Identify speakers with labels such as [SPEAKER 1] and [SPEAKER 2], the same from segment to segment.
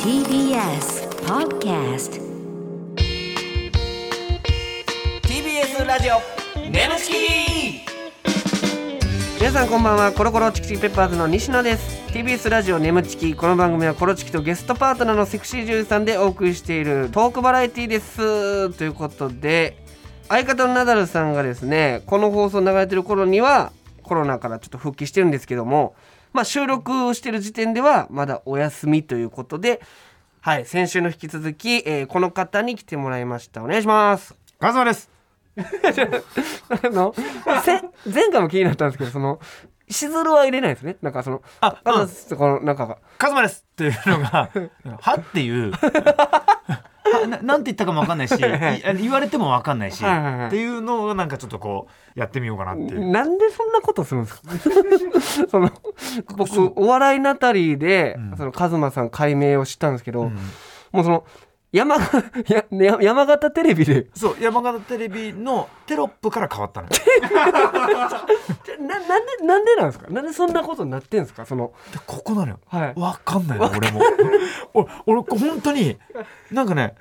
[SPEAKER 1] TBS Podcast
[SPEAKER 2] TBS ラジオ
[SPEAKER 3] ムチキ
[SPEAKER 2] 皆さんこんばんはコロコロチキチキペッパーズの西野です TBS ラジオネムチキこの番組はコロチキとゲストパートナーのセクシー女優さんでお送りしているトークバラエティですということで相方のナダルさんがですねこの放送流れてる頃にはコロナからちょっと復帰してるんですけどもまあ収録してる時点ではまだお休みということではい先週の引き続き、えーこの方に来てもらいましたお願いします
[SPEAKER 4] カズマです
[SPEAKER 2] あの、せ、前回も気になったんですけど、その、しずるは入れないですね。なんかその、
[SPEAKER 4] あ
[SPEAKER 2] あ
[SPEAKER 4] うん
[SPEAKER 2] の、この、なんかが、
[SPEAKER 4] カズマですっていうのが 「は」っていうはななんて言ったかも分かんないしい言われても分かんないし
[SPEAKER 2] はいはいはい
[SPEAKER 4] っていうのをなんかちょっとこうやってみようかなっていう。
[SPEAKER 2] なんでそんなことするんです かその、僕、お笑いナタリーで、その、カズマさん解明を知ったんですけど、もうその、山が、や、や山形テレビで、
[SPEAKER 4] そう山形テレビのテロップから変わっ たの
[SPEAKER 2] な、なんで、なんでなんですかなんでそんなことになってんですかその、
[SPEAKER 4] でここなのよ、
[SPEAKER 2] はい
[SPEAKER 4] 分かんないの俺も俺俺本当になんかね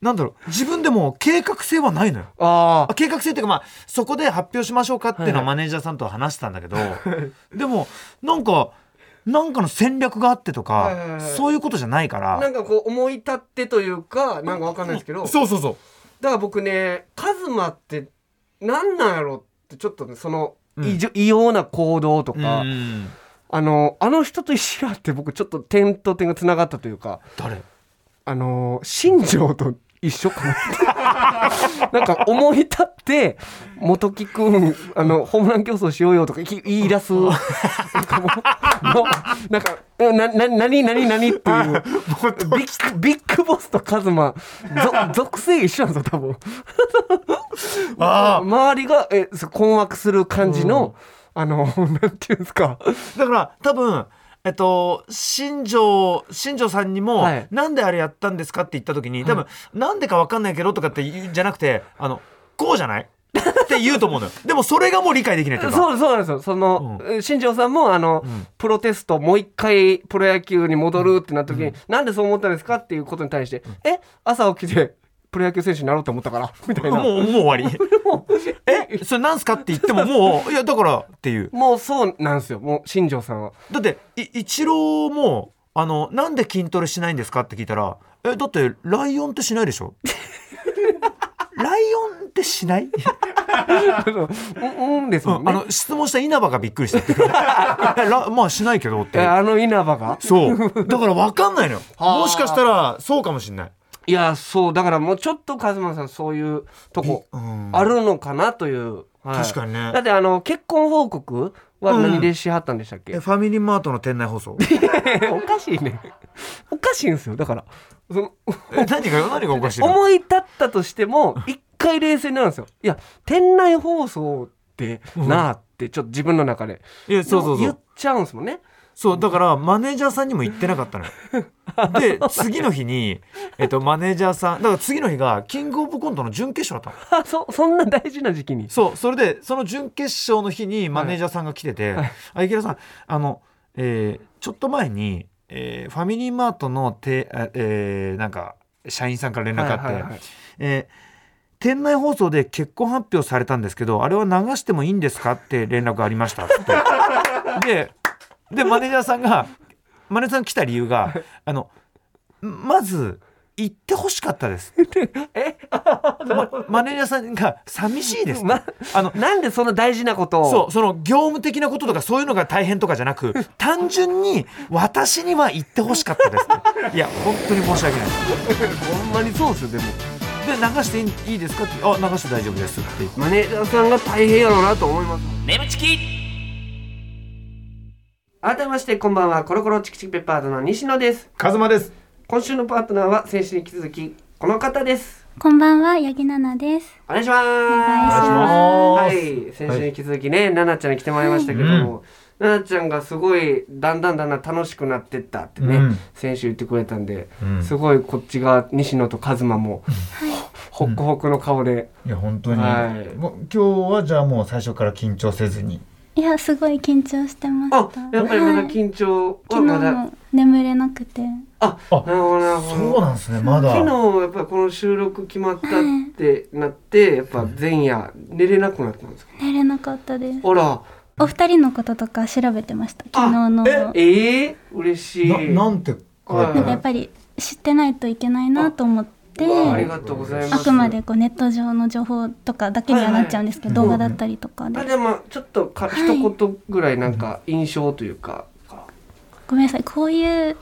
[SPEAKER 4] なんだろう自分でも計画性はないのよ
[SPEAKER 2] あ
[SPEAKER 4] あ計画性っていうかまあそこで発表しましょうかっていう
[SPEAKER 2] は
[SPEAKER 4] の
[SPEAKER 2] いは
[SPEAKER 4] はいマネージャーさんとは話してたんだけど、でもなんかなんかの戦略があってとか、
[SPEAKER 2] はいはいはい
[SPEAKER 4] そういうことじゃないから
[SPEAKER 2] あ、なんかこう、思い立ってというか、なんかわかんないですけど、
[SPEAKER 4] そうそうそう
[SPEAKER 2] だから僕ねカズマってなんなんやろってちょっとねその、
[SPEAKER 4] うん
[SPEAKER 2] 異常異様な行動とか、
[SPEAKER 4] うん
[SPEAKER 2] あのあの人と一緒やって僕ちょっと点と点がつながったというか
[SPEAKER 4] 誰
[SPEAKER 2] あの新庄と一緒かな なんか思い立って元木君あのホームラン競争しようよとか言い言い出 すなんかもうもうなんかえなな何何何って いう。ビッグビッグボスとカズマぞ属性一緒なんですよ多分
[SPEAKER 4] あ
[SPEAKER 2] 周りがえそう困惑する感じの、あの なんていうんですか
[SPEAKER 4] あだから多分えっと、新庄新庄さんにも、
[SPEAKER 2] はい
[SPEAKER 4] なんであれやったんですかって言った時に多分、なんでかわかんないけどとかって言うんじゃなくてあのこうじゃないって言うと思うのよでもそれがもう理解できないっていうか
[SPEAKER 2] そうそうなんですよその、え新庄さんもあの、プロテストもう一回プロ野球に戻るってなった時に、なんでそう思ったんですかっていうことに対して、え朝起きてプロ野球選手になろうと思ったからみたいな もう
[SPEAKER 4] も う、もう終わり。え、それなんすかって言っても、もう、いや、だからっていう。
[SPEAKER 2] そうなんですよもう新庄さん は
[SPEAKER 4] だって、い、一郎も、あの、なんで筋トレしないんですかって聞いたら、え、だって、ライオンってしないでしょ ライオンってしない
[SPEAKER 2] うんうんです
[SPEAKER 4] う
[SPEAKER 2] もん
[SPEAKER 4] んあ
[SPEAKER 2] ね、
[SPEAKER 4] の、質問した稲葉がびっくりした っていうえらまあ、しないけどっ
[SPEAKER 2] え
[SPEAKER 4] て。
[SPEAKER 2] あの稲葉が
[SPEAKER 4] そう。だから分かんないのよ。
[SPEAKER 2] はあ
[SPEAKER 4] もしかしたら、そうかもしんない。
[SPEAKER 2] いやそうだからもうちょっとカズマさんそういうとこ
[SPEAKER 4] うん
[SPEAKER 2] あるのかなという、はい
[SPEAKER 4] 確かにね
[SPEAKER 2] だってあの結婚報告は
[SPEAKER 4] うん
[SPEAKER 2] 何でしはったんでしたっけ、
[SPEAKER 4] えファミリーマートの店内放送。
[SPEAKER 2] おかしいねおかしいんですよだからその
[SPEAKER 4] え何が、何がおかしいの
[SPEAKER 2] 思い立ったとしても一回冷静になるんですよいや店内放送ってなあってちょっと自分の中で
[SPEAKER 4] いや、そうそうそう
[SPEAKER 2] 言っ。ちゃうんですもんね
[SPEAKER 4] そうだからマネージャーさんにも言ってなかったのよ。で次の日に、えっと、マネージャーさんだから次の日がキングオブコントの準決勝だったの。
[SPEAKER 2] あそそんな大事な時期に
[SPEAKER 4] そうそれでその準決勝の日にマネージャーさんが来てて「あ池田さんあの、えーちょっと前に、えーファミリーマートのて、あえーなんか社員さんから連絡あって、
[SPEAKER 2] はいはいはい
[SPEAKER 4] えー店内放送で結婚発表されたんですけどあれは流してもいいんですか?」って連絡がありましたってででマネージャーさんがマネージャーさん来た理由があのまず行ってほしかったです。まマネージャーさんが寂しいですと。
[SPEAKER 2] ま
[SPEAKER 4] あの
[SPEAKER 2] なんでそんな大事なことを
[SPEAKER 4] そう、その業務的なこととかそういうのが大変とかじゃ なく、単純に私には言ってほしかったです って。いや、本当に申し訳ない。
[SPEAKER 2] ほんまにそうですよでも
[SPEAKER 4] で、流していいいいですかって、あ、流して大丈夫ですって言って。
[SPEAKER 2] マネージャーさんが大変やろうなと思います
[SPEAKER 3] ネムチキ
[SPEAKER 2] 改めましてこんばんはコロコロチキチキペッパーズの西野です
[SPEAKER 4] カズマです。
[SPEAKER 2] 今週のパートナーは先週に引き続きこの方です
[SPEAKER 5] こんばんは、八木奈々です。
[SPEAKER 2] お願いします
[SPEAKER 4] お願いします
[SPEAKER 2] はい先週に引き続きね、ななちゃんに来てもらいましたけども、ななちゃんがすごいだんだんだんだん楽しくなってったってね、
[SPEAKER 4] うん
[SPEAKER 2] 先週言ってくれたんで、
[SPEAKER 4] うん
[SPEAKER 2] すごいこっちが西野とカズマも、ほっこほこの顔で、
[SPEAKER 4] いや、本当
[SPEAKER 2] にはい
[SPEAKER 4] もう今日はじゃあもう最初から緊張せずに。
[SPEAKER 5] いや、すごい緊張してました。
[SPEAKER 2] あやっぱりまだ緊張はまだ
[SPEAKER 5] はい眠れなくて。
[SPEAKER 2] あ
[SPEAKER 4] あ
[SPEAKER 2] なるほどなるほど
[SPEAKER 4] そうなんですねまだ
[SPEAKER 2] 昨日やっぱこの収録決まったってなってやっぱ前夜寝れなくなったんですか
[SPEAKER 5] 寝れなかったです。
[SPEAKER 2] あら
[SPEAKER 5] お二人のこととか調べてました。昨日の。なんか
[SPEAKER 2] ええ嬉しい
[SPEAKER 4] ななんて書いて
[SPEAKER 5] やっぱり知ってないといけないなと思って。
[SPEAKER 2] うわありがとうございます
[SPEAKER 5] あくまでこうネット上の情報とかだけにはなっちゃうんですけど、
[SPEAKER 4] はい
[SPEAKER 5] 動
[SPEAKER 4] はい
[SPEAKER 5] 画だったりとか
[SPEAKER 2] あ
[SPEAKER 5] で
[SPEAKER 2] でもちょっとか、一言ぐらいなんか印象というか
[SPEAKER 5] ごめんなさいこういう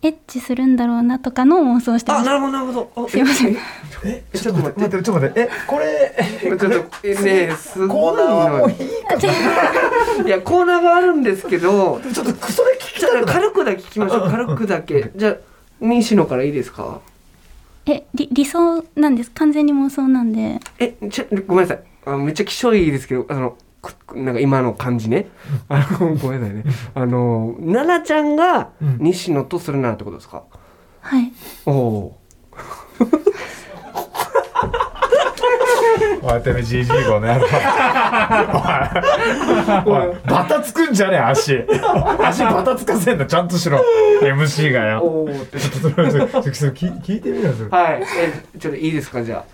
[SPEAKER 5] エッチするんだろうなとかの妄想してま
[SPEAKER 2] あ
[SPEAKER 5] し
[SPEAKER 2] な
[SPEAKER 5] た
[SPEAKER 2] るほどなるほどあ
[SPEAKER 5] すいません
[SPEAKER 4] えちょっと待って待ってちょっと待ってえこれ
[SPEAKER 2] えちょっとえねえす
[SPEAKER 4] コ
[SPEAKER 2] ご
[SPEAKER 4] ー
[SPEAKER 2] い
[SPEAKER 4] ナーは
[SPEAKER 2] の
[SPEAKER 4] もう
[SPEAKER 2] よ
[SPEAKER 4] いい
[SPEAKER 2] いやコーナーがあるんですけ ど
[SPEAKER 4] ちょっとクソで聞
[SPEAKER 2] ち
[SPEAKER 4] きた
[SPEAKER 2] ょっと
[SPEAKER 4] いな
[SPEAKER 2] 軽くだけ聞きましょう軽くだけじゃあ西野からいいですか
[SPEAKER 5] えり理想なんです完全に妄想なんで
[SPEAKER 2] えちょごめんなさいあめっちゃ気性いいですけどあのこなんか今の感じねあのごめんなさいねあの奈々ちゃんが
[SPEAKER 4] ん
[SPEAKER 2] 西野とするならってことですか、
[SPEAKER 5] はい
[SPEAKER 2] おお
[SPEAKER 4] おいてめえジジイごねおいおいバタつくんじゃねえ足足バタつかせんのちゃんとしろ MC が
[SPEAKER 2] ーお
[SPEAKER 4] よ
[SPEAKER 2] おーって
[SPEAKER 4] ちょっとそれそれそれそれ聞聞いてみろよそれ
[SPEAKER 2] はいえちょっといいですかじゃ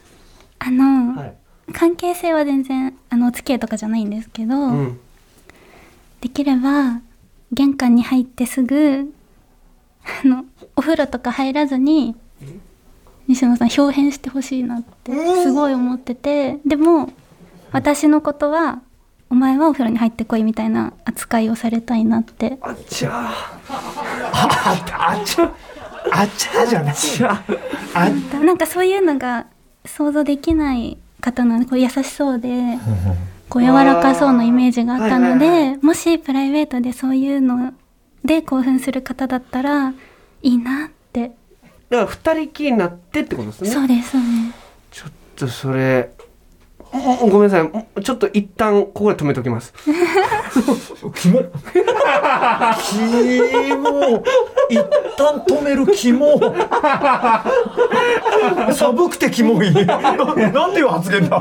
[SPEAKER 5] あの、
[SPEAKER 2] あい
[SPEAKER 5] 関係性は全然あのお付き合いとかじゃないんですけど、
[SPEAKER 2] うん
[SPEAKER 5] できれば玄関に入ってすぐあのお風呂とか入らずに西野さん表変してほしいなってすごい思っててでも私のことはお前はお風呂に入ってこいみたいな扱いをされたいなって
[SPEAKER 2] あちゃー
[SPEAKER 4] あっちゃあっちゃじゃない
[SPEAKER 2] ちゃー
[SPEAKER 4] あ
[SPEAKER 5] なんかそういうのが想像できない方なのでこう優しそうでこう柔らかそうなイメージがあったので、
[SPEAKER 2] あーはいはい
[SPEAKER 5] もしプライベートでそういうので興奮する方だったらいいなって
[SPEAKER 2] だから二人きりになってってことですね
[SPEAKER 5] そうですそうです
[SPEAKER 2] ちょっとそれうんごめんなさいうんちょっと一旦ここで止めておき ます
[SPEAKER 4] キモキモ一旦止めるキ モ寒くてキモいななんていう発言だ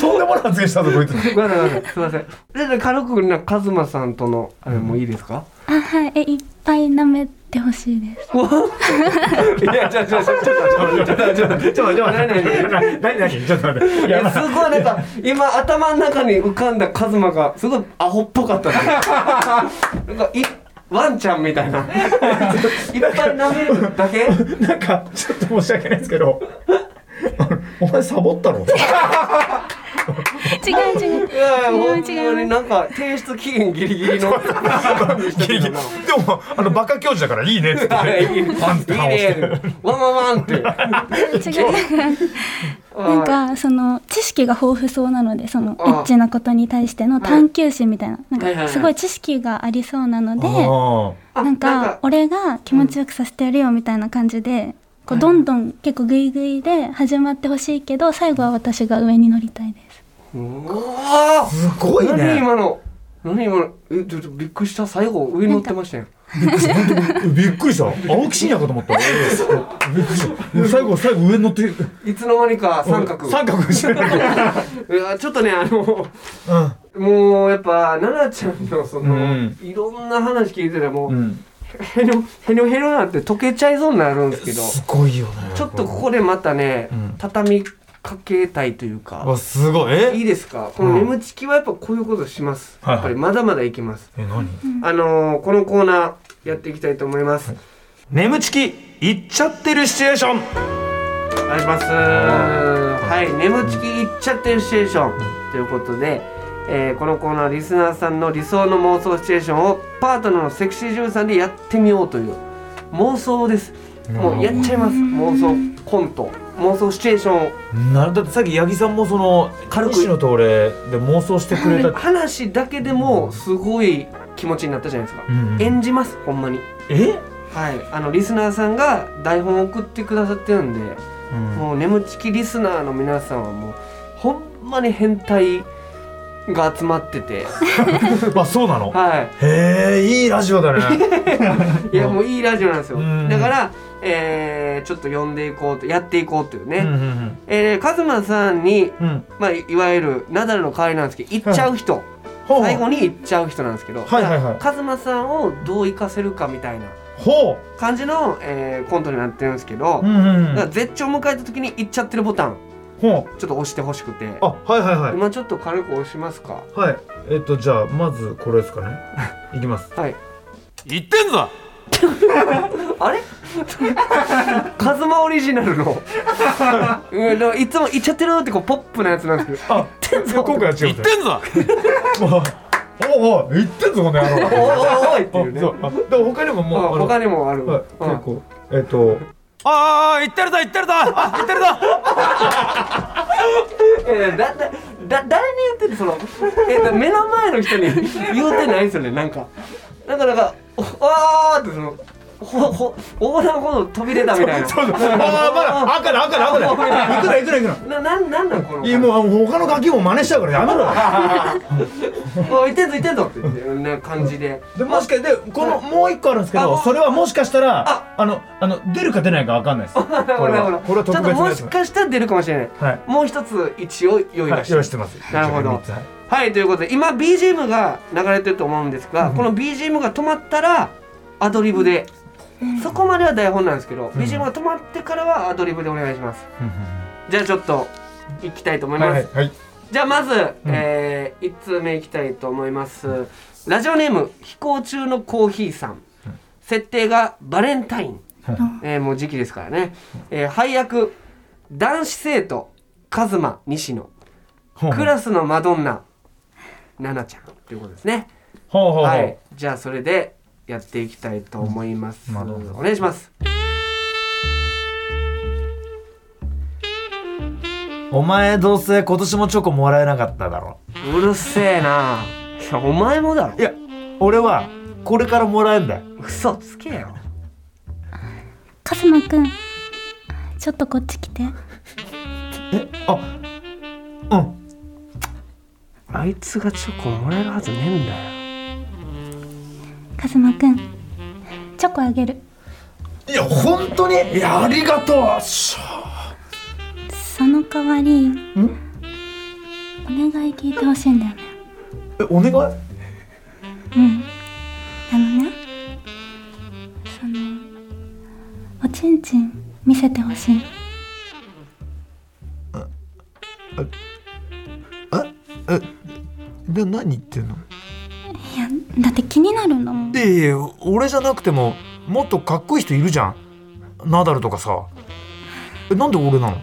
[SPEAKER 4] とんでもない発言したぞこいつ
[SPEAKER 2] ごめんなさいすいませんでで軽くなんかズマさんとのあれもいいですか、
[SPEAKER 5] あはいえいっぱい舐めてほしいです
[SPEAKER 2] いやちょちょちょちょちょちょちょちょちょちょちょ何何何
[SPEAKER 4] 何何ちょっと待ってい
[SPEAKER 2] い
[SPEAKER 4] や
[SPEAKER 2] やすごいなんか今頭の中に浮かんだカズマがすごいアホっぽかったですなんかいワンちゃんみたいないっぱい舐めるだけ
[SPEAKER 4] なんかちょっと申し訳ないですけど お前サボ ったろ
[SPEAKER 5] 違う違う
[SPEAKER 2] いやいや
[SPEAKER 5] 違う
[SPEAKER 2] 本
[SPEAKER 5] 違う
[SPEAKER 2] 当になんか提出期限ギリギリの
[SPEAKER 4] でもあのバカ教授だからいいねっつ って
[SPEAKER 2] はいいいね
[SPEAKER 4] パンって倒して
[SPEAKER 2] ワンワンワンって
[SPEAKER 5] 違うなんかその知識が豊富そうなのでそのエ
[SPEAKER 2] あ
[SPEAKER 5] ッチなことに対しての探求心みたいななん
[SPEAKER 2] はいはいは
[SPEAKER 5] か
[SPEAKER 2] い
[SPEAKER 5] すごい知識がありそうなので
[SPEAKER 4] あ
[SPEAKER 2] あ
[SPEAKER 5] なんか俺が気持ちよくさせてやるよみたいな感じでこうどんどん結構グイグイで始まってほしいけど最後は私が上に乗りたいです
[SPEAKER 2] うわー
[SPEAKER 4] ーすごい
[SPEAKER 2] 何
[SPEAKER 4] ね
[SPEAKER 2] 今の何今のえちょっとびっくりした最後上に乗ってましたよ
[SPEAKER 4] びっくりした青木真也かと思ったびっくりした最後最後上に乗って
[SPEAKER 2] いつの間にか三角
[SPEAKER 4] 三 角してる
[SPEAKER 2] いやちょっとねあの
[SPEAKER 4] うん
[SPEAKER 2] もうやっぱ奈々ちゃんのその、
[SPEAKER 4] うん
[SPEAKER 2] いろんな話聞いててもう、
[SPEAKER 4] うん
[SPEAKER 2] へにょへにょへにょなんて溶けちゃいそうになるんですけど
[SPEAKER 4] すごいよね
[SPEAKER 2] ちょっとここでまたね、
[SPEAKER 4] うん
[SPEAKER 2] 畳みかけたいというか、
[SPEAKER 4] あすごい
[SPEAKER 2] いい
[SPEAKER 4] え
[SPEAKER 2] ですかこの眠ちきはやっぱこういうことします、
[SPEAKER 4] はい
[SPEAKER 2] や
[SPEAKER 4] はい
[SPEAKER 2] っぱりまだまだいきます、
[SPEAKER 4] え何
[SPEAKER 2] あのー、このコーナーやっていきたいと思います、
[SPEAKER 4] 眠ちき行っちゃってるシチュエーション
[SPEAKER 2] お願いしますはい眠ちきいっちゃってるシチュエーションということで、えーこのコーナーはリスナーさんの理想の妄想シチュエーションをパートナーのセクシー女優さんでやってみようという妄想ですもうやっちゃいます妄想コント妄想シチュエーションを
[SPEAKER 4] なるだってさっき八木さんもその
[SPEAKER 2] 軽く
[SPEAKER 4] 西野と俺で妄想してくれた
[SPEAKER 2] 話だけでもすごい気持ちになったじゃないですか、
[SPEAKER 4] うんうん
[SPEAKER 2] 演じますほんまに
[SPEAKER 4] え
[SPEAKER 2] はいあのリスナーさんが台本を送ってくださってるんで、もう眠ちきリスナーの皆さんはもうほんまに変態が集まって て
[SPEAKER 4] あそうなの
[SPEAKER 2] は
[SPEAKER 4] へえいいラジオだね
[SPEAKER 2] いいやもういいラジオなんですよ
[SPEAKER 4] うん
[SPEAKER 2] だから、えーちょっと呼んでいこうとやっていこうというね、
[SPEAKER 4] うんうん
[SPEAKER 2] えー、カズマさんに、
[SPEAKER 4] うんうん
[SPEAKER 2] まあ、いいわゆるナダルの代わりなんですけど行っちゃう人、
[SPEAKER 4] ほうほう
[SPEAKER 2] 最後に行っちゃう人なんですけど、
[SPEAKER 4] はいはいはい
[SPEAKER 2] カズマさんをどう生かせるかみたいな
[SPEAKER 4] ほ
[SPEAKER 2] 感じの、えーコントになってるんですけど、
[SPEAKER 4] ううんうん
[SPEAKER 2] だから絶頂を迎えた時に行っちゃってるボタン
[SPEAKER 4] ほう
[SPEAKER 2] ちょっと押してほしくて
[SPEAKER 4] あはいはいはい
[SPEAKER 2] 今ちょっと軽く押しますか
[SPEAKER 4] はいえっとじゃあまずこれですかねいきます
[SPEAKER 2] はい
[SPEAKER 4] 言ってんぞ
[SPEAKER 2] あれカズマオリジナルの うんだからいつも行っちゃってるってこうポップなやつなんですけど
[SPEAKER 4] あ
[SPEAKER 2] 言ってんぞ
[SPEAKER 4] 今回は違う言ってんぞおお言ってんぞこの野郎
[SPEAKER 2] おいおいおいっていう
[SPEAKER 4] あ
[SPEAKER 2] ね
[SPEAKER 4] そうあでも他にももう
[SPEAKER 2] あ他
[SPEAKER 4] に
[SPEAKER 2] にもある、
[SPEAKER 4] はい
[SPEAKER 2] うん
[SPEAKER 4] 結構えっとああ言ってるぞ言ってるぞあ言ってるぞ
[SPEAKER 2] えーだだだ誰に言ってるその、えーと目の前の人に言うてないですよねなんかなんかなんか「おあー」ってそのほほ横断歩道飛び出たみたいな
[SPEAKER 4] そうそうああまだ赤だ赤だ赤だいくらいくらいく
[SPEAKER 2] な
[SPEAKER 4] ら
[SPEAKER 2] なんなんなんこの
[SPEAKER 4] いやもう他の楽器も真似しちゃうからやめろよ
[SPEAKER 2] おいいてんぞいてんぞって言ってるね感じで
[SPEAKER 4] でもしかしてこのもう一個あるんですけ
[SPEAKER 2] あ
[SPEAKER 4] ど
[SPEAKER 2] もう
[SPEAKER 4] それはもしかしたらあのあの出るか出ないかわかんないですこれ
[SPEAKER 2] だから
[SPEAKER 4] はこれは
[SPEAKER 2] ちょ
[SPEAKER 4] 特
[SPEAKER 2] っと
[SPEAKER 4] 別な
[SPEAKER 2] も
[SPEAKER 4] や
[SPEAKER 2] し
[SPEAKER 4] つ
[SPEAKER 2] かしたら出るかもしれない、
[SPEAKER 4] はい
[SPEAKER 2] もう一つ一応用意
[SPEAKER 4] は
[SPEAKER 2] が
[SPEAKER 4] い用意してます
[SPEAKER 2] なるほど
[SPEAKER 4] 一応三つはい
[SPEAKER 2] はいということで今 BGM が流れてると思うんですが、この BGM が止まったらアドリブで、そこまでは台本なんですけど、BGM が止まってからはアドリブでお願いします
[SPEAKER 4] うんうん
[SPEAKER 2] じゃあちょっと行きたいと思い
[SPEAKER 4] うん
[SPEAKER 2] ます、
[SPEAKER 4] はいはい
[SPEAKER 2] じゃあまず、えー、1通目いきたいと思いますラジオネーム飛行中のコーヒーさん、設定がバレンタイン、えーもう時期ですからね、えー配役男子生徒カズマ西野
[SPEAKER 4] ほう
[SPEAKER 2] クラスのマドンナナナちゃんということですね
[SPEAKER 4] ほうほうほう
[SPEAKER 2] はいじゃあそれでやっていきたいと思います、
[SPEAKER 4] うんマドンナ
[SPEAKER 2] お願いします
[SPEAKER 4] お前どうせ今年もチョコもらえなかっただろ
[SPEAKER 2] うるせえないやお前もだろ
[SPEAKER 4] いや俺はこれからもらえんだよ
[SPEAKER 2] 嘘つけよ
[SPEAKER 5] カズマくんちょっとこっち来て
[SPEAKER 4] あうん
[SPEAKER 2] あいつがチョコもらえるはずねえんだよ
[SPEAKER 5] カズマくんチョコあげる
[SPEAKER 4] いや本当にいやありがと うしゃ
[SPEAKER 5] その代わりお願い聞いてほしいんだよね
[SPEAKER 4] えお願いは
[SPEAKER 5] うんあのねそのおちんちん見せてほしい
[SPEAKER 6] で何言ってんの
[SPEAKER 5] いやだって気になるんだもん
[SPEAKER 6] いやいや俺じゃなくてももっとかっこいい人いるじゃんナダルとかさえなんで俺なの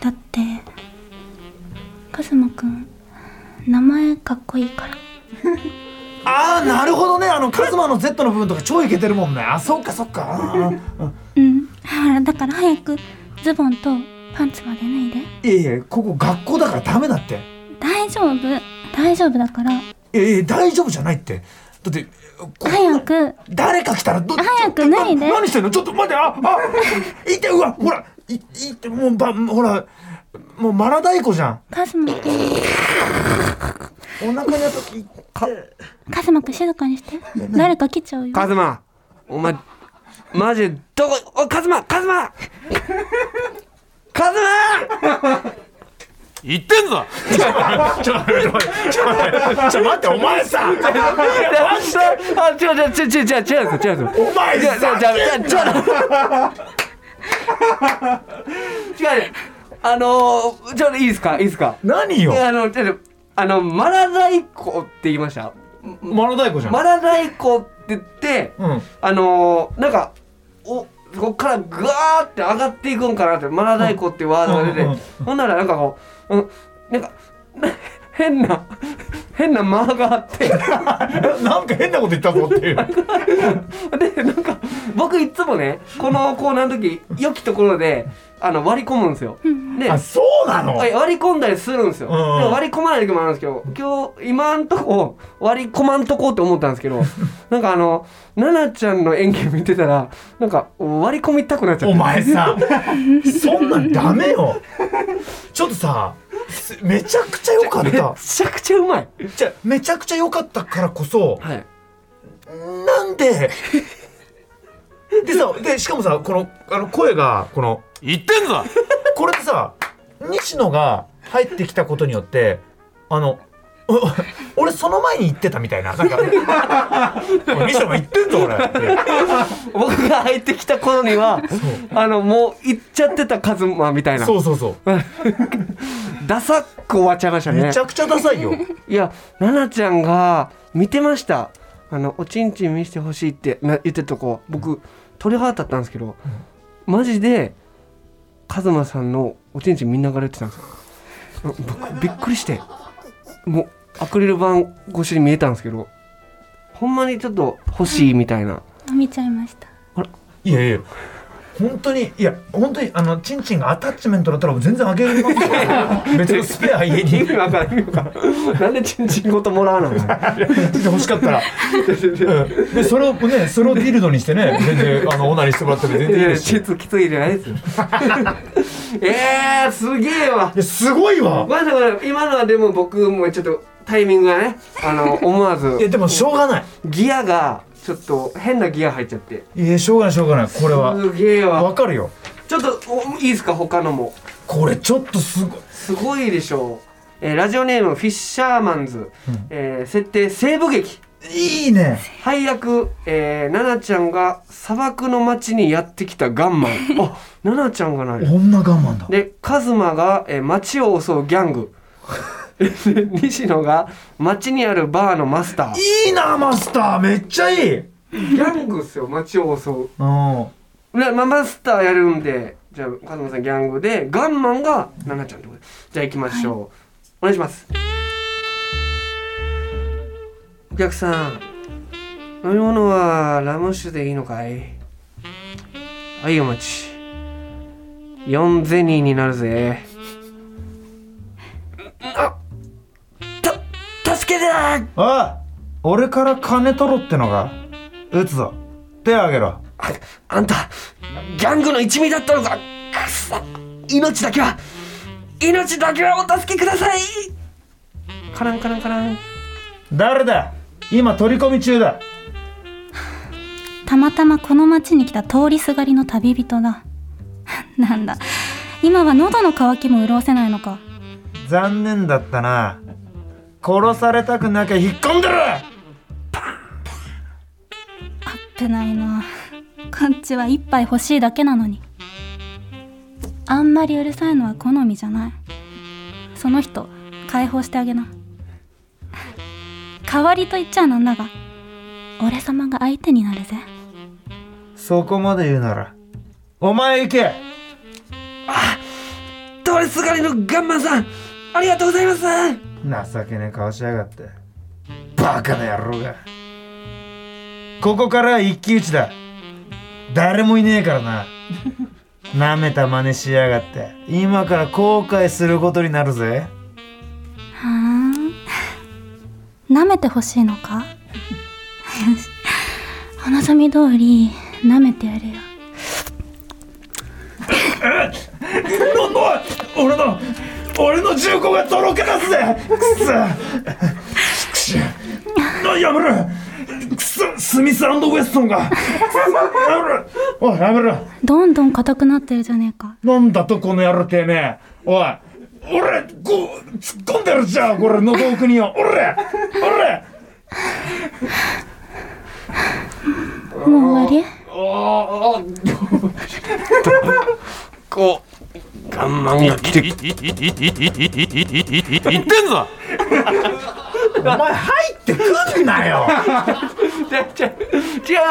[SPEAKER 5] だってカズマくん名前かっこいいから
[SPEAKER 4] ああなるほどねあのカズマの Z の部分とか超いけてるもんねあそっかそっかあ
[SPEAKER 5] うんほら だから早くズボンとパンツまで脱いで
[SPEAKER 4] ーいやいやここ学校だからダメだって
[SPEAKER 5] 大丈夫大丈夫だから
[SPEAKER 4] いやいや大丈夫じゃないってだってこ
[SPEAKER 5] 早く
[SPEAKER 4] 誰か来たらど
[SPEAKER 5] 早く脱いで
[SPEAKER 4] 何してんのちょっと待ってああいてうわほらいいてもうばほらもうマラダイコじゃん
[SPEAKER 5] カズマくん
[SPEAKER 4] お腹にあったい
[SPEAKER 5] カズマくん静かにして誰か来ちゃうよ
[SPEAKER 2] カズマお前マジでどこおいカズマカズマカズマ
[SPEAKER 6] 言ってんぞ
[SPEAKER 4] ちょ待ってお前さ
[SPEAKER 2] あ違う違う違う違う違う違うんですよ違うんですよ
[SPEAKER 4] お前
[SPEAKER 2] いや、じゃ
[SPEAKER 4] さ
[SPEAKER 2] あ、じゃあ、じゃあ、じゃあ、違うね。あのー、ちょっといいですか、いいですか。
[SPEAKER 4] 何
[SPEAKER 2] い
[SPEAKER 4] よ
[SPEAKER 2] や、あの、ちょっと、あの、マラダイコって言いました。
[SPEAKER 4] マラダイコじゃん
[SPEAKER 2] マラダイコって言って、
[SPEAKER 4] うん
[SPEAKER 2] あのー、なんか、お、こっからぐわーって上がっていくんかなって、マラダイコってワードが出
[SPEAKER 4] うんうんうん
[SPEAKER 2] て、ほんなら、なんかこう、うん、なんか、な変な、 変な間があって。
[SPEAKER 4] なんか変なこと言ったぞっていう
[SPEAKER 2] でなんか僕いつもねこのコーナーの時良きところであの割り込むんですよ。で
[SPEAKER 4] あそうなの
[SPEAKER 2] はい割り込んだりするんですよ。で
[SPEAKER 4] うんうん
[SPEAKER 2] も割り込まない時もあるんですけど今日今んとこ割り込まんとこって思ったんですけどなんかあの奈々ちゃんの演技見てたらなんか割り込みたくなっちゃっ
[SPEAKER 4] お
[SPEAKER 2] て。
[SPEAKER 4] 前さそんなんダメよちょっとさすめちゃくちゃ良か っ
[SPEAKER 2] め
[SPEAKER 4] た
[SPEAKER 2] ちゃくちゃうまい。
[SPEAKER 4] じゃめちゃくちゃ良かったからこそ
[SPEAKER 2] はい。
[SPEAKER 4] なんででさでしかもさこのあの声がこの
[SPEAKER 6] 言ってんぞ
[SPEAKER 4] これでさ西野が入ってきたことによってあの
[SPEAKER 6] お 俺その前に言ってたみたいななんかおい西野が言ってんぞ俺って
[SPEAKER 2] 僕が入ってきた頃にはあのもう行っちゃってたカズマみたいな
[SPEAKER 6] そうそうそう
[SPEAKER 2] ダサっく終わっちゃいましたね
[SPEAKER 6] めちゃくちゃダサいよ
[SPEAKER 2] いや奈々ちゃんが見てましたあのおちんちん見せてほしいってな言ってたとこ僕鳥肌立ったんですけど、マジでカズマさんのおちんちん見ながら言ってたんですよ僕びっくりしてもうアクリル板越しに見えたんですけどほんまにちょっと欲しいみたいな、
[SPEAKER 5] 見ちゃいました
[SPEAKER 6] いやいや本当にいや本当にあのチンチンがアタッチメントだったら全然あげれますよ別のスペア家に
[SPEAKER 2] 意味わからん意味わからんなんでちんちんごともらわないの
[SPEAKER 6] 出て欲しかったら、うんでそれをねそれをディルドにしてね全然あのオナニーしてもらっても全
[SPEAKER 2] い
[SPEAKER 6] 然いい
[SPEAKER 2] や
[SPEAKER 6] で
[SPEAKER 2] ち
[SPEAKER 6] す
[SPEAKER 2] ょっときついじゃないですよ えー、すげえわ
[SPEAKER 6] すごいわ
[SPEAKER 2] まだまだ今のはでも僕もちょっとタイミングがねあの思わず
[SPEAKER 6] いやでもしょうがない
[SPEAKER 2] ギアがちょっと変なギア入っちゃって
[SPEAKER 6] いやしょうがないしょうがないこれは
[SPEAKER 2] すげえ
[SPEAKER 6] わ
[SPEAKER 2] わ
[SPEAKER 6] かるよ
[SPEAKER 2] ちょっとおいいですか他のも
[SPEAKER 6] これちょっとすごい
[SPEAKER 2] すごいでしょう、えーラジオネームフィッシャーマンズ、えー設定西部劇
[SPEAKER 6] いいね
[SPEAKER 2] 配役、えー、奈々ちゃんが砂漠の町にやってきたガンマ ンあ奈々ちゃんがない
[SPEAKER 6] 女我慢だ
[SPEAKER 2] でカズマが、えー街を襲うギャング で西野が街にあるバーのマスター
[SPEAKER 6] いいなマスターめっちゃいいうん
[SPEAKER 2] ギャングっすよ街を襲うなまあマスターやるんでじゃあカズマさんギャングでガンマンが奈々ちゃんってことでじゃあ行きましょう、お願いしますお客さん飲み物はラム酒でいいのかいはいお待ち4ゼニーになるぜあた助けてな
[SPEAKER 6] おい俺から金取ろってのが撃つぞ手あげろ
[SPEAKER 2] あんた、ギャングの一味だったのかくそ命だけは、命だけはお助けくださいカランカランカラン。
[SPEAKER 6] 誰だ今取り込み中だ
[SPEAKER 5] たまたまこの町に来た通りすがりの旅人だ なんだ今は喉の渇きも潤せないのか
[SPEAKER 6] 残念だったな殺されたくなきゃ引っ込んでる
[SPEAKER 5] 危ないなこっちは一杯欲しいだけなのにあんまりうるさいのは好みじゃないその人解放してあげな 代わりと言っちゃなんだが俺様が相手になるぜ
[SPEAKER 6] そこまで言うならお前行け
[SPEAKER 2] 通りすがりのガンマンさん、ありがとうございます
[SPEAKER 6] 情けねえ顔しやがってバカな野郎がここからは一騎打ちだ誰もいねえから な舐めた真似しやがって今から後悔することになるぜ
[SPEAKER 5] はん舐めてほしいのかよ しお望み通り舐めてやれよ
[SPEAKER 6] 俺の俺の銃口がとろけ出すぜくそくしなやめろくそスミスウェストンがくそやめろおいやめろ
[SPEAKER 5] どんどん硬くなってるじゃねえか
[SPEAKER 6] なんだとこの野郎てめえおい俺こう突っ込んでるじゃんこれ喉奥によ俺俺
[SPEAKER 5] もう終わ
[SPEAKER 2] こう、ガンマンが来て、
[SPEAKER 4] 言ってんぞ
[SPEAKER 6] お前入ってくんなよ
[SPEAKER 2] ちゃ違う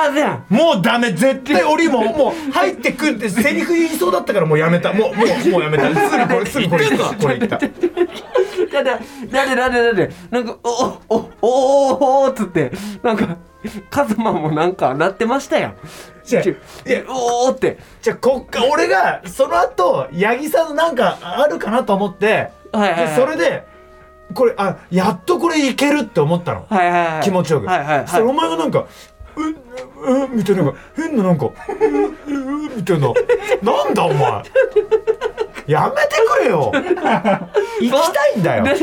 [SPEAKER 2] はずやん
[SPEAKER 6] もうダメ絶対俺ももう入ってくんってセリフ言いそうだったからもうやめたもうもうもうやめたすぐこれすぐこれこれ言った
[SPEAKER 2] だだ、だでだでだで、なんか、お、お、お、お、お、お、つって、なんか、カズマもなんか鳴ってましたやん。
[SPEAKER 6] じゃあ
[SPEAKER 2] ちょ
[SPEAKER 6] いや
[SPEAKER 2] おおって。
[SPEAKER 6] じゃあこっか俺がその後八木さんのなんかあるかなと思って、
[SPEAKER 2] はいはいはい
[SPEAKER 6] でそれでこれあやっとこれいけるって思ったの、
[SPEAKER 2] はいはいはい。
[SPEAKER 6] 気持ちよく、
[SPEAKER 2] はいはいはい。
[SPEAKER 6] そしたらお前がなんか「うううみたいななんか変ななんか「うううみたいななんだお前やめてくれよ行きたいんだよ
[SPEAKER 2] で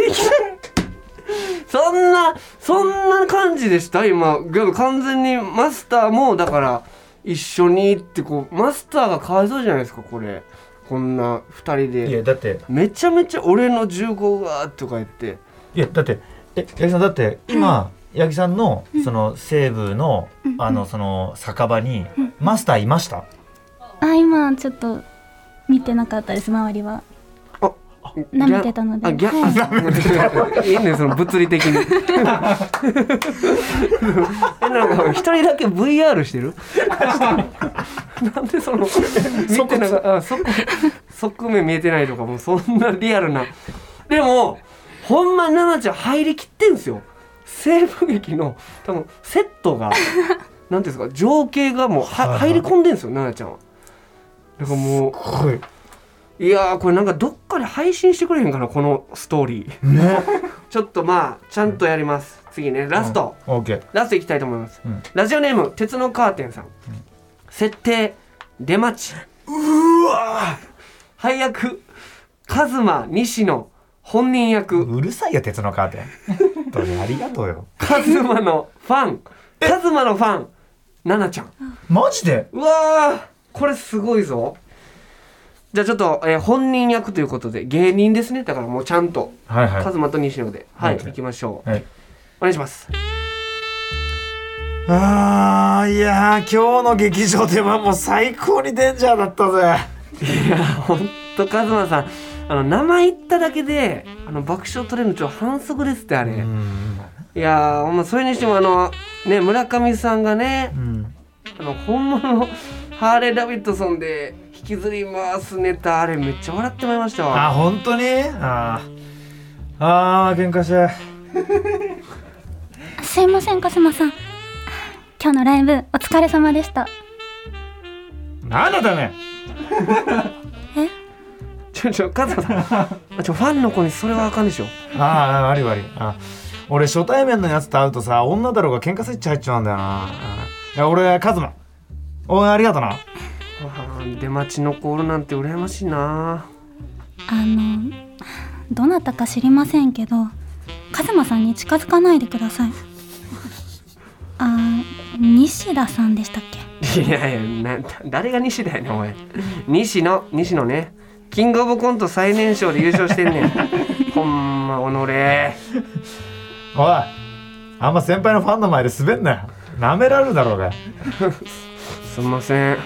[SPEAKER 2] そんなそんな感じでした今でも完全にマスターもだから一緒にってこうマスターがかわいそうじゃないですかこれこんな2人
[SPEAKER 6] いや
[SPEAKER 2] で
[SPEAKER 6] だって
[SPEAKER 2] めちゃめちゃ俺の15がとか言って
[SPEAKER 6] いやだってえ八木さんだって今、八木さんのその西部の、あのその酒場にマスターいました、
[SPEAKER 5] あ今ちょっと見てなかったです周りは
[SPEAKER 2] あ
[SPEAKER 5] 舐めてたので
[SPEAKER 2] あギャ
[SPEAKER 5] はい
[SPEAKER 2] あいいねその物理的にえなんか一人だけ VR してるなんでその見てなかあそこ側面見えてないとかもうそんなリアルなでもほんま奈々ちゃん入りきってんすよ西部劇の多分セットがなんていうんですか情景がもうは入り込んでんすよ奈々ちゃんはだからもう
[SPEAKER 6] はい
[SPEAKER 2] いやーこれなんかどっかで配信してくれへんかなこのストーリー
[SPEAKER 6] ね
[SPEAKER 2] ちょっとまあちゃんとやります次ねラスト、
[SPEAKER 6] オッケー
[SPEAKER 2] ラストいきたいと思います、
[SPEAKER 6] うん
[SPEAKER 2] ラジオネーム鉄のカーテンさん、設定出待ちうわ配役カズマ西野本人役
[SPEAKER 6] うるさいよ鉄のカーテンどうもありがとうよ
[SPEAKER 2] カズマのファンカズマのファンナナちゃん
[SPEAKER 6] マジで
[SPEAKER 2] うわーこれすごいぞじゃあちょっと、えー本人役ということで芸人ですねだからもうちゃんと
[SPEAKER 6] はいは
[SPEAKER 2] カズマと西野で、はい、
[SPEAKER 6] はい
[SPEAKER 2] 行きましょう。
[SPEAKER 6] はい
[SPEAKER 2] お願いします。
[SPEAKER 6] あーいやー今日の劇場ではもう最高にデンジャーだったぜ
[SPEAKER 2] いや、ほんとカズマさん、あの名前言っただけで、あの爆笑取れるのちょ反則ですってあれ。
[SPEAKER 6] うん
[SPEAKER 2] いやー、ほんまそれにしてもあのね村上さんがね、
[SPEAKER 6] うん
[SPEAKER 2] あの本物のハーレーダビッドソンで引きずり回すネタあれめっちゃ笑ってまいりました
[SPEAKER 6] あ
[SPEAKER 2] わ。
[SPEAKER 6] 本当にあーあー喧嘩した
[SPEAKER 5] すいませんカズマさん今日のライブお疲れ様でした
[SPEAKER 6] なんだダメ
[SPEAKER 2] ちょちょカズマさ ん、あちょファンの子にそれはあかんでしょ。
[SPEAKER 6] あああり悪いあ俺初対面のやつと会うとさ女だろうが喧嘩スイッチ入っちまうんだよなあいや俺カズマ応援ありがとな
[SPEAKER 2] あー出待ちのコールなんて羨ましいな。
[SPEAKER 5] あのどなたか知りませんけどカズマさんに近づかないでくださいあ西田さんでしたっけ
[SPEAKER 2] いやいやな誰が西だよねお前西野西野ねキングオブコント最年少で優勝してん ねんほんまおのれ
[SPEAKER 6] おいあんま先輩のファンの前で滑んなよなめられるだろうが
[SPEAKER 2] すんません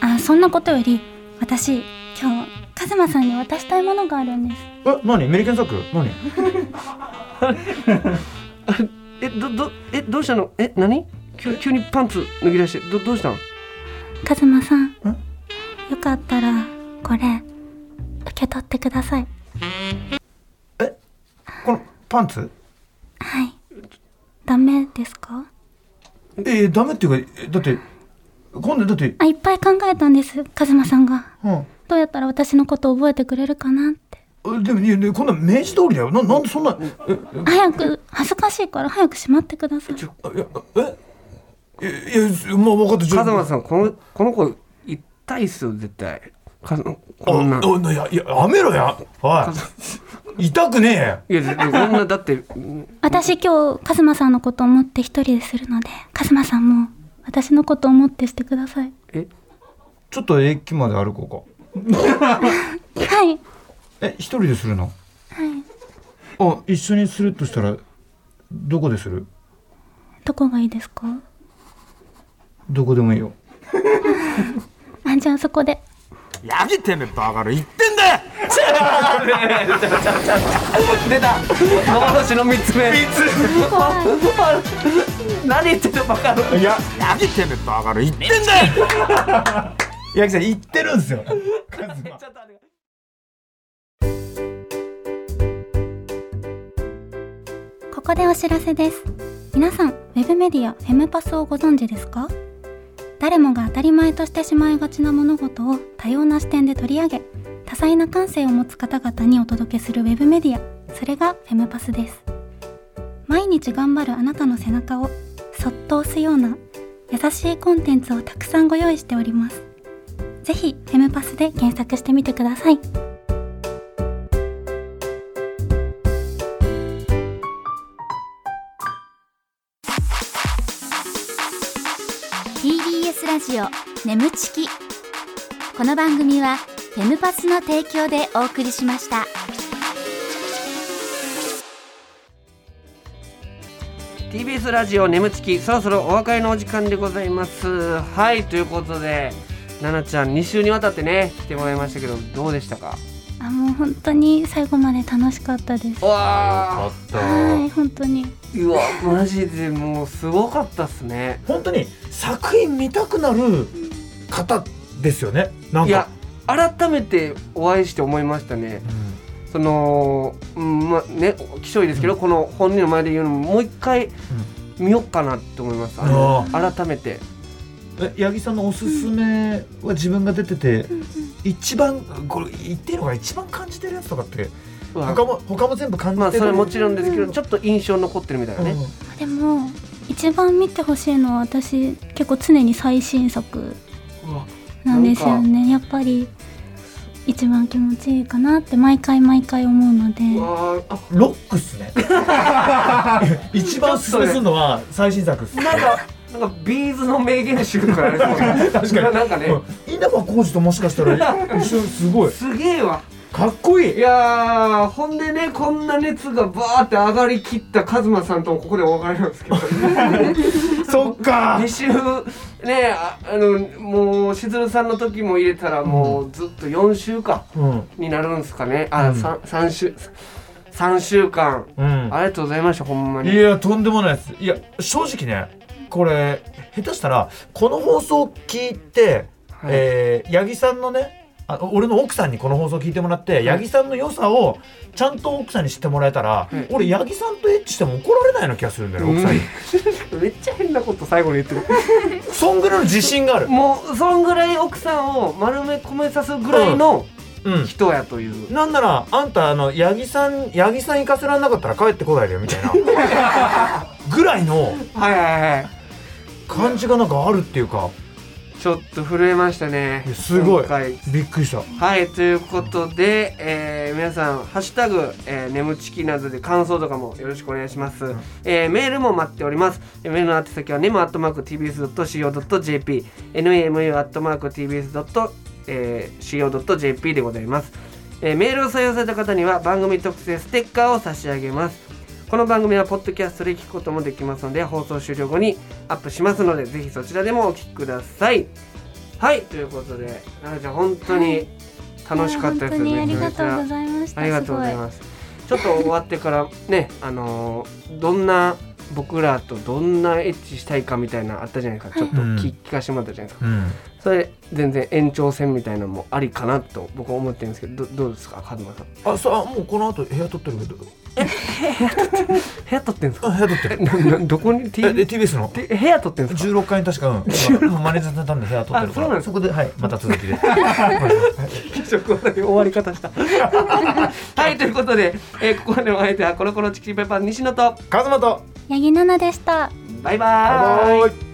[SPEAKER 5] あそんなことより私今日カズマさんに渡したいものがあるんです
[SPEAKER 6] え何メリケンソック何
[SPEAKER 2] えどどえどうしたのえ何急急にパンツ脱ぎ出してどどうしたの
[SPEAKER 5] カズマさんよかったらこれ受け取ってください
[SPEAKER 6] このパンツ
[SPEAKER 5] はいダメですか
[SPEAKER 6] えー、ダメっていうかえだって今度だって
[SPEAKER 5] あいっぱい考えたんですカズマさんが
[SPEAKER 6] うん
[SPEAKER 5] どうやったら私のこと覚えてくれるかなって
[SPEAKER 6] えでもいやねこんなん明治通りだよななんでそんなえ
[SPEAKER 5] 早く恥ずかしいから早くしまってください
[SPEAKER 6] ええいやもう分かった
[SPEAKER 2] 風間
[SPEAKER 6] ん
[SPEAKER 2] さんこのこの子痛いっすよ絶対かこんな
[SPEAKER 6] あ
[SPEAKER 2] い
[SPEAKER 6] あいやいややめろやおい痛くねえよ
[SPEAKER 2] やででこんなだってうん
[SPEAKER 5] 私今日カズマさんのことを思って一人でするのでカズマさんも私のことを思ってしてください
[SPEAKER 2] え
[SPEAKER 6] ちょっと駅まで歩こう
[SPEAKER 5] はい
[SPEAKER 6] かえ一人でするの
[SPEAKER 5] はい
[SPEAKER 6] あ一緒にするとしたらどこでする
[SPEAKER 5] どこがいいですか
[SPEAKER 6] どこでもいいよ
[SPEAKER 5] あじゃあそこで
[SPEAKER 6] やめてめバカ野郎言ってんだよ
[SPEAKER 2] 出た幻の3つ目3つ 何言ってんのバカ野郎
[SPEAKER 6] いや、やめてめバカ野郎言ってんだよ 八木さん言ってるんですよ
[SPEAKER 5] ここでお知らせです皆さんウェブメディアフェムパスをご存知ですか誰もが当たり前としてしまいがちな物事を多様な視点で取り上げ多彩な感性を持つ方々にお届けするウェブメディアそれがフェムパスです毎日頑張るあなたの背中をそっと押すような優しいコンテンツをたくさんご用意しておりますぜひフェムパスで検索してみてください
[SPEAKER 7] 眠ちきこの番組はフェムパスの提供でお送りしました
[SPEAKER 2] TBS ラジオ眠ちきそろそろお別れのお時間でございますはいということで奈々ちゃん2週にわたってね来てもらいましたけどどうでしたか
[SPEAKER 5] あもう本当に最後まで楽しかったです
[SPEAKER 2] うわ
[SPEAKER 5] はい本当に
[SPEAKER 2] ーうわマジでもうすごかったっすね
[SPEAKER 4] 本当に作品見たくなる方ですよねなん
[SPEAKER 2] いや
[SPEAKER 4] か
[SPEAKER 2] 改めてお会いして思いましたねその、うん、まあねきしょいですけど、この本人の前で言うのももう一回見よっかなって思います、あの改めて
[SPEAKER 4] え八木さんのおすすめは自分が出てて一番これ言っていいのが一番感じてるやつとかって
[SPEAKER 2] うわ
[SPEAKER 4] 他も他も全部感じて
[SPEAKER 2] まあ
[SPEAKER 4] る
[SPEAKER 2] それはもちろんですけど、ちょっと印象残ってるみたいなね、
[SPEAKER 4] うん
[SPEAKER 5] でも一番見てほしいのは私結構常に最新作なんですよねやっぱり一番気持ちいいかなって毎回毎回思うので
[SPEAKER 2] うわあ
[SPEAKER 4] ロックっすね 一番おすすめするのは最新作っす
[SPEAKER 2] なんかなんかビーズの名言集からあれそうね
[SPEAKER 4] 確かに
[SPEAKER 2] なんかね、
[SPEAKER 4] うん稲葉浩二ともしかしたら一緒すごい
[SPEAKER 2] すげえわ
[SPEAKER 4] かっこいい
[SPEAKER 2] いやーほんでねこんな熱がバーって上がりきったカズマさんともここでお別れなんですけ ど
[SPEAKER 4] そっか
[SPEAKER 2] 2週ねああのもうしずるさんの時も入れたらもうずっと4週間
[SPEAKER 4] うん
[SPEAKER 2] になるんですかねあ、三三 3, 週3週間、
[SPEAKER 4] うん
[SPEAKER 2] ありがとうございましたほんまに
[SPEAKER 4] いやとんでもないですいや正直ねこれ下手したらこの放送聞いて、
[SPEAKER 2] はい
[SPEAKER 4] えー八木さんのねあ俺の奥さんにこの放送聞いてもらって、八木さんの良さをちゃんと奥さんに知ってもらえたら、
[SPEAKER 2] い
[SPEAKER 4] 俺八木さんとエッチしても怒られないような気がするんだよね奥さんに、
[SPEAKER 2] めっちゃ変なこと最後に言ってる
[SPEAKER 4] そんぐらいの自 信がある
[SPEAKER 2] もうそんぐらい奥さんを丸め込めさすぐらいの
[SPEAKER 4] う ん
[SPEAKER 2] 人やという、
[SPEAKER 4] なんならあんたあの八木さん八木さん行かせられなかったら帰ってこないでよみたいな ぐらいの
[SPEAKER 2] はいはいはい
[SPEAKER 4] 感じがなんかあるっていうか
[SPEAKER 2] ちょっと震えましたね
[SPEAKER 4] いやすごい
[SPEAKER 2] 今回
[SPEAKER 4] びっくりした
[SPEAKER 2] はいということで、えー皆さん「ハッシュタグ、えー、眠ちき」などで感想とかもよろしくお願いします、えーメールも待っておりますえーメールの宛先は nemu.tbs.co.jp nemu.tbs.co.jp でございます、えーメールを採用された方には番組特製ステッカーを差し上げますこの番組はポッドキャストで聞くこともできますので放送終了後にアップしますのでぜひそちらでもお聞きくださいはいということで奈々ちゃん本当に楽しかったですよね、
[SPEAKER 5] いや本当にありがとうございました
[SPEAKER 2] ありがとうございます。ちょっと終わってからね、あのーどんな僕らとどんなエッチしたいかみたいなのあったじゃないですか。ちょっと
[SPEAKER 4] うん
[SPEAKER 2] 聞,、聞かせてもらったじゃないですか。
[SPEAKER 4] うん
[SPEAKER 2] それ全然延長戦みたいなのもありかなと僕は思ってるんですけど、どどうですか、カズマさん。部
[SPEAKER 4] あそうあもうこの後部屋取ってるけど
[SPEAKER 2] 屋取ってんですか。
[SPEAKER 4] あ部屋取ってる
[SPEAKER 2] えななどこに T
[SPEAKER 4] えで
[SPEAKER 2] 部
[SPEAKER 4] TBS の
[SPEAKER 2] 屋取ってんですか。
[SPEAKER 4] 16階に 確か、うん、今マネージャーさんのために部屋取ってる
[SPEAKER 2] あそう
[SPEAKER 4] か
[SPEAKER 2] なんで
[SPEAKER 4] ら
[SPEAKER 2] す
[SPEAKER 4] そこで、はい、また続きで
[SPEAKER 2] ちょっとこれ終わり方した。はいということで、えーここまでのお相手はコロコロチキチキペッパーの西野と
[SPEAKER 4] カズマと
[SPEAKER 5] 八木奈々でした
[SPEAKER 2] バイバーイ。
[SPEAKER 4] バイバイ